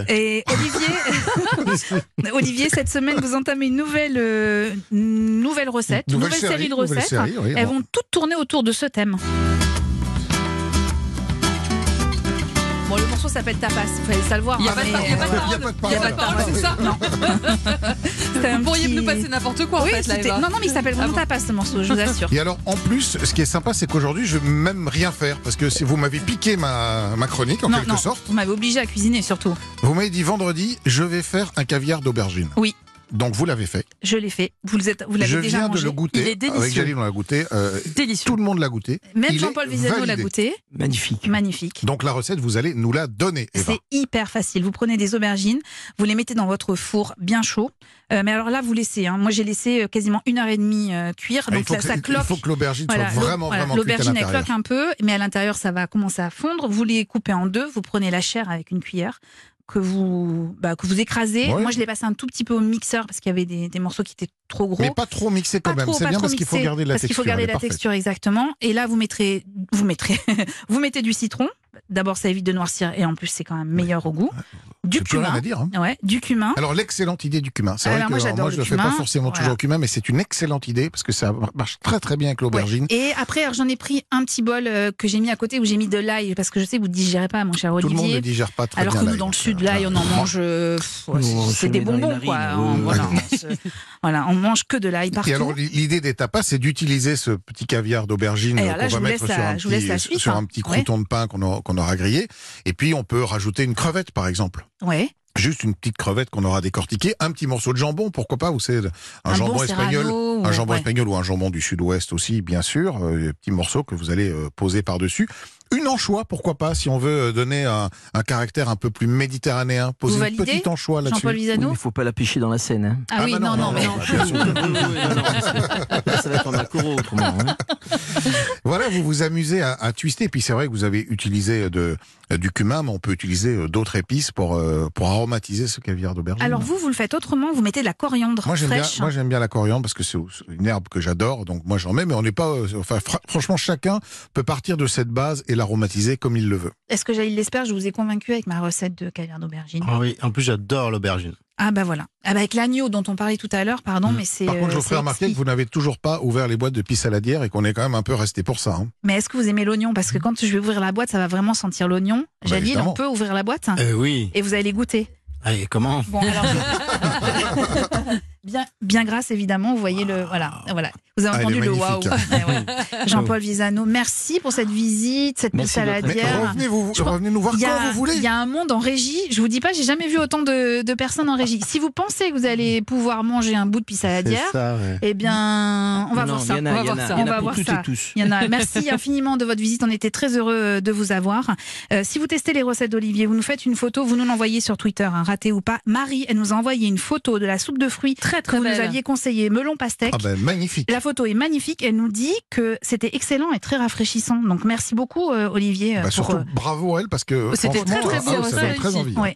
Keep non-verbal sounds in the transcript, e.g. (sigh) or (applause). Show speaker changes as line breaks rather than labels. vrai.
Et
(laughs)
Olivier, Olivier, cette semaine, vous entamez une nouvelle, euh, une nouvelle recette, une
Nouvelle
nouvelle, série, de
série, nouvelle
recettes.
série, oui,
Elles
bon.
vont toutes tourner autour de ce thème. Bon, le morceau s'appelle Tapas, vous allez ça le voir.
Il n'y a
hein,
pas de
mais,
par- il y a
euh,
Il y
pas de
a
parole.
pas de
Il y a
parole.
pas de parole, Ah, c'est ça.
c'était un
Vous pourriez
petit-
nous passer n'importe quoi en
euh, Oui,
fait là.
c'était-
Eva.
Non, non, mais il s'appelle
Ah
vraiment
bon.
Tapas ce morceau, je vous
(laughs)
assure.
Et alors, en plus, ce qui est sympa, c'est qu'aujourd'hui, je vais même rien faire parce que si vous m'avez piqué ma, ma chronique en
non,
quelque
non,
sorte.
vous m'avez obligé à cuisiner surtout.
Vous m'avez dit vendredi, je vais faire un caviar d'aubergine.
Oui.
Donc vous l'avez fait.
Je l'ai fait. Vous le êtes- vous l'avez
Je
déjà
viens de
mangé.
le
Il
goûter.
est délicieux.
Avec Jaline, on l'a goûté. euh,
Délicieux.
tout le monde l'a goûté.
Même
Il
Jean-Paul
est
Vézano l'a
validé.
goûté.
Magnifique.
Magnifique.
Donc la recette, vous allez nous la donner, Eva.
C'est hyper facile. Vous prenez des aubergines, vous les mettez dans votre four bien chaud. Euh, mais alors là, vous laissez. hein. Moi, j'ai laissé euh, quasiment une heure et demie euh, cuire.
Ah,
Donc
il, faut
là,
que,
ça
il
cloque.
faut que l'aubergine
Voilà,
soit
l'au-
vraiment,
voilà,
vraiment cuite à
L'aubergine, elle
l'intérieur.
cloque un peu, mais à l'intérieur, ça va commencer à fondre. Vous les coupez en deux, vous prenez la chair avec une cuillère que vous, bah, que vous écrasez.
Ouais.
Moi, je l'ai passé un tout petit peu au mixeur parce qu'il y avait des, des morceaux qui étaient trop gros.
Mais pas trop mixé quand
Pas
même.
trop,
C'est
pas
bien
trop
parce qu'il faut
mixé,
garder la
parce qu'il
texture.
faut garder
elle
la
est parfaite.
texture exactement. Et là, vous mettrez, vous mettrez, (laughs) vous mettez du citron. D'abord, ça évite de noircir et en plus, c'est quand même meilleur au goût. Du
J'ai plus rien
cumin,
à dire. hein.
ouais, du cumin.
Alors l'excellente idée du cumin. C'est
Ah,
vrai
alors,
que
moi,
alors,
j'adore
je
le
le fais pas
cumin.
forcément
Voilà.
toujours au cumin, mais c'est une excellente idée parce que ça marche très très bien avec l'aubergine.
Et après, j'en ai pris un petit bol euh, que j'ai mis à côté où j'ai mis de l'ail parce que je sais que vous digérez pas, mon cher
Tout
Olivier.
le monde ne digère pas très
Alors
bien.
que nous,
l'ail. euh,
dans le sud, là, on en mange. euh, pff, ouais,
Nous,
c'est-
on se
c'est
le
des
met dans les
bonbons, quoi.
narines,
On,
oui,
(laughs)
voilà, (laughs) on se- voilà, on mange que de l'ail partout.
Et alors l'idée des tapas, c'est d'utiliser ce petit caviar d'aubergine
Et
euh,
Eh, alors là,
qu'on
je
va
vous
mettre
laisse
sur
la-
un
je vous laisse la
petit,
suite,
sur un
hein.
petit crouton de pain qu'on aura, qu'on aura grillé. Et puis on peut rajouter une crevette, par exemple.
ouais.
Juste une petite crevette qu'on aura décortiquée, un petit morceau de jambon, pourquoi pas, ou c'est un,
bon
jambon espagnol,
serrano ou-
un jambon
ouais.
espagnol ou un jambon du sud-ouest aussi, bien sûr, euh, des petits morceaux que vous allez euh, poser par-dessus. Une anchois, pourquoi pas, si on veut euh, donner un, un caractère un peu plus méditerranéen, poser
Vous
une
validez,
petite anchois
Jean-Paul
là-dessus.
Oui, mais
Visano.
il faut pas la pêcher dans la Seine. hein.
Ah, oui,
bah
non, non, mais non.
bah, bien sûr.
Là, Ah, ça va être en accoro autrement. hein.
Voilà, vous vous amusez à, à twister. Puis c'est vrai que vous avez utilisé euh, de, du cumin, mais on peut utiliser euh, d'autres épices pour, euh, pour aromatiser ce caviar d'aubergine.
Alors vous, vous le faites autrement, vous mettez de la coriandre
moi j'aime bien,
fraîche. hein.
moi j'aime bien la coriandre parce que c'est c'est une herbe que j'adore, donc moi j'en mets, mais on n'est pas, euh, enfin fra- franchement chacun peut partir de cette base et l'aromatiser comme il le veut.
Est-ce que j'aille l'espère Je vous ai convaincu avec ma recette de caviar d'aubergine.
Ah oui, en plus j'adore l'aubergine.
Ah bah voilà. Ah bah avec l'agneau dont on parlait tout à l'heure, pardon,
Mm.
mais c'est.
Par
euh,
contre, je vous
c'est
ferai remarquer
exquis.
que vous n'avez toujours pas ouvert les boîtes de pisse à la dière et qu'on est quand même un peu resté pour ça. hein.
Mais est-ce que vous aimez l'oignon Parce que quand je vais ouvrir la boîte, ça va vraiment sentir l'oignon.
Bah,
Jalil,
évidemment.
on peut ouvrir la boîte
Euh, oui.
et vous allez goûter.
Allez, comment
Bon, alors.
(laughs)
je- bien, bien grasse, évidemment. Vous voyez le. Voilà. voilà. Vous
Ah,
avez
elle
entendu
est
le waouh.
magnifique.
(laughs)
Oh.
Ouais, ouais. Jean-Paul Visano, merci pour cette visite, cette
Merci
pisse à la
de votre
Mais
Dière.
bière.
revenez, vous,
Je pense-
revenez nous voir
Il y,
quand
a,
vous voulez.
il y a un monde en régie. Je vous dis pas, j'ai jamais vu autant de, de personnes en régie. Si vous pensez que vous allez pouvoir manger un bout de pisse à la
C'est
dière,
ça, ouais.
eh bien, on va
Non,
voir
il
ça.
y en
on
a-
va
il y en
voir
a-
ça.
il y en
On
a
va
pour
voir
toutes
ça.
et tous.
Il y en a. Merci (laughs) infiniment de votre visite. On était très heureux euh, de vous avoir. Euh, si vous testez les recettes d'Olivier, vous nous faites une photo, vous nous l'envoyez sur Twitter, hein, raté ou pas. Marie, elle nous a envoyé une photo de la soupe de fruits
Très
que
très
vous nous
belle.
aviez conseillé, melon pastèque.
Ah ben magnifique.
La photo est magnifique. Elle nous dit que c'était excellent et très rafraîchissant. Donc merci beaucoup, euh, Olivier, euh,
Bah,
pour,
surtout
euh,
bravo à elle parce que
C'était
franchement,
très, très
ah,
beau,
ça
ça,
donne très
ici.
envie.
Ouais.